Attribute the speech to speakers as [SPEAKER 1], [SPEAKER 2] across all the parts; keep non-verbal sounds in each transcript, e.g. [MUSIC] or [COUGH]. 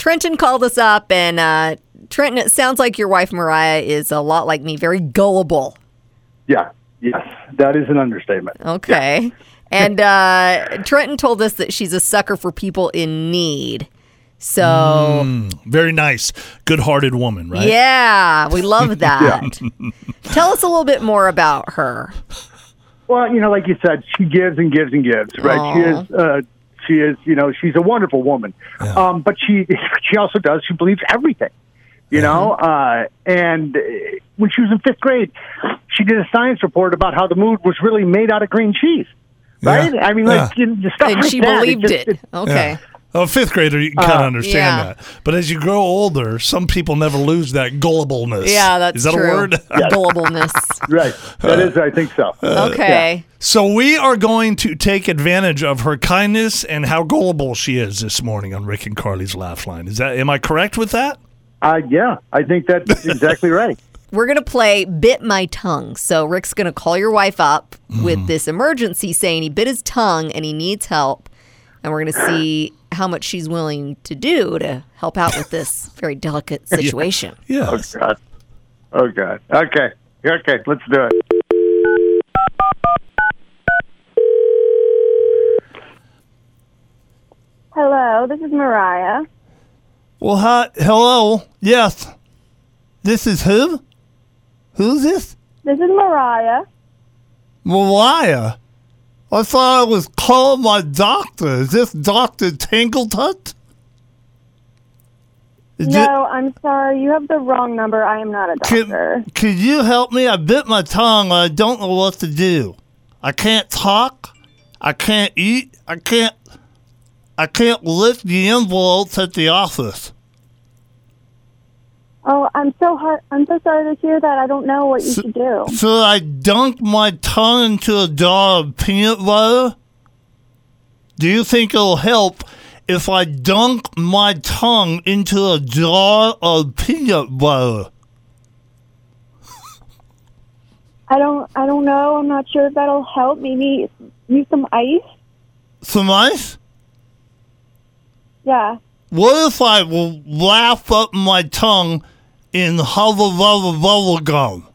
[SPEAKER 1] Trenton called us up, and uh, Trenton, it sounds like your wife Mariah is a lot like me, very gullible.
[SPEAKER 2] Yeah. Yes. That is an understatement.
[SPEAKER 1] Oh. Okay. [LAUGHS] And uh, Trenton told us that she's a sucker for people in need. So,
[SPEAKER 2] Mm,
[SPEAKER 3] Very nice, good-hearted woman, right?
[SPEAKER 1] yeah, we
[SPEAKER 2] [LAUGHS]
[SPEAKER 1] love that. Tell us a little bit more about her.
[SPEAKER 2] Well, you know, like you said, she gives and gives and gives, right? She
[SPEAKER 1] Aw.
[SPEAKER 2] is, uh, she is, you know, she's a wonderful woman. Um, but she, [LAUGHS] she also does. She believes everything, you know. Uh, and uh, when she was in fifth grade, she did a science report about how the mood was really made out of green cheese, right?
[SPEAKER 3] Yeah.
[SPEAKER 2] I mean, like you know, the stuff
[SPEAKER 1] And
[SPEAKER 2] like
[SPEAKER 1] she
[SPEAKER 2] that,
[SPEAKER 1] believed
[SPEAKER 2] just-
[SPEAKER 1] it. Okay. Uh,
[SPEAKER 3] Oh, fifth grader, you kind of understand
[SPEAKER 1] yeah.
[SPEAKER 3] that. But as you grow older, some people never lose that gullibleness.
[SPEAKER 1] Yeah, that's
[SPEAKER 3] Is that
[SPEAKER 1] true.
[SPEAKER 3] a word?
[SPEAKER 1] Gullibleness.
[SPEAKER 2] [LAUGHS] right? That is, I think so.
[SPEAKER 3] Uh,
[SPEAKER 1] Okay.
[SPEAKER 3] [LAUGHS] So we are going to take advantage of her kindness and how gullible she is this morning on Rick and Carly's Laugh Line. Is that am I correct with that?
[SPEAKER 2] Uh, yeah, I think that's exactly
[SPEAKER 3] [LAUGHS]
[SPEAKER 2] right.
[SPEAKER 1] We're going to play Bit My Tongue. So Rick's going to call your wife up with this emergency saying he bit his tongue and he needs help. And we're going to see how much she's willing to do to help out with [LAUGHS] this very delicate situation.
[SPEAKER 3] Yeah.
[SPEAKER 2] God. Oh God. Okay. Okay. Let's do it.
[SPEAKER 4] Hello, this is Mariah.
[SPEAKER 3] Well, hi. Hello. Yes. This is who? Who's this?
[SPEAKER 4] This is Mariah.
[SPEAKER 3] Mariah. I thought I was calling my doctor. Is this Doctor Tangletut? Is it-
[SPEAKER 4] No, I'm sorry. You have the wrong number. I am not a doctor.
[SPEAKER 3] Could, could you help me? I bit my tongue. I don't know what to do. I can't talk. I can't eat. I can't. I can't lift the envelopes at the office.
[SPEAKER 4] Oh, I'm so hard. I'm so sorry to hear that. I don't know what you should do.
[SPEAKER 3] So I dunk my tongue into a jar of peanut butter. Do you think it'll help if I dunk my tongue into a jar of peanut butter?
[SPEAKER 4] I don't. I don't know. I'm not sure if that'll help. Maybe use some ice.
[SPEAKER 3] Some ice?
[SPEAKER 4] Yeah.
[SPEAKER 3] What if I will wrap up my tongue in hubba bubba bubble gum?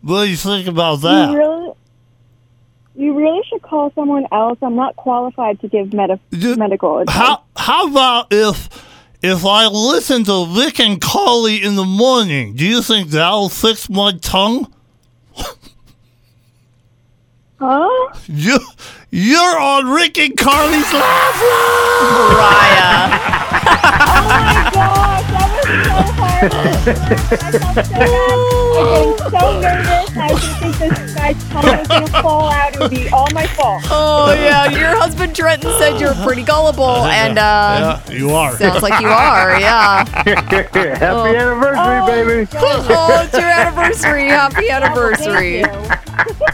[SPEAKER 3] What do you think about
[SPEAKER 4] You
[SPEAKER 3] that?
[SPEAKER 4] really. You really should call someone else. I'm not qualified to give medi-
[SPEAKER 3] You-
[SPEAKER 4] medical advice.
[SPEAKER 3] How how about if if I listen to Rick and Carly in the morning? Do you think that'll fix my tongue?
[SPEAKER 4] Huh?
[SPEAKER 3] You you're on Rick and Carly's laugh line.
[SPEAKER 1] Mariah.
[SPEAKER 4] Gosh, that was so hard. I'm so nervous. I just think this guy's tongue is gonna fall out. It would be all my fault.
[SPEAKER 1] [LAUGHS] Oh, yeah. Your husband Trenton said you're pretty
[SPEAKER 3] [LAUGHS]
[SPEAKER 1] gullible. And uh,
[SPEAKER 3] Yeah, you are.
[SPEAKER 1] sounds like you are.
[SPEAKER 3] [LAUGHS]
[SPEAKER 1] Yeah.
[SPEAKER 2] [LAUGHS] Happy anniversary, baby.
[SPEAKER 1] Oh, it's your anniversary. Happy
[SPEAKER 4] Thank
[SPEAKER 1] anniversary.
[SPEAKER 4] you.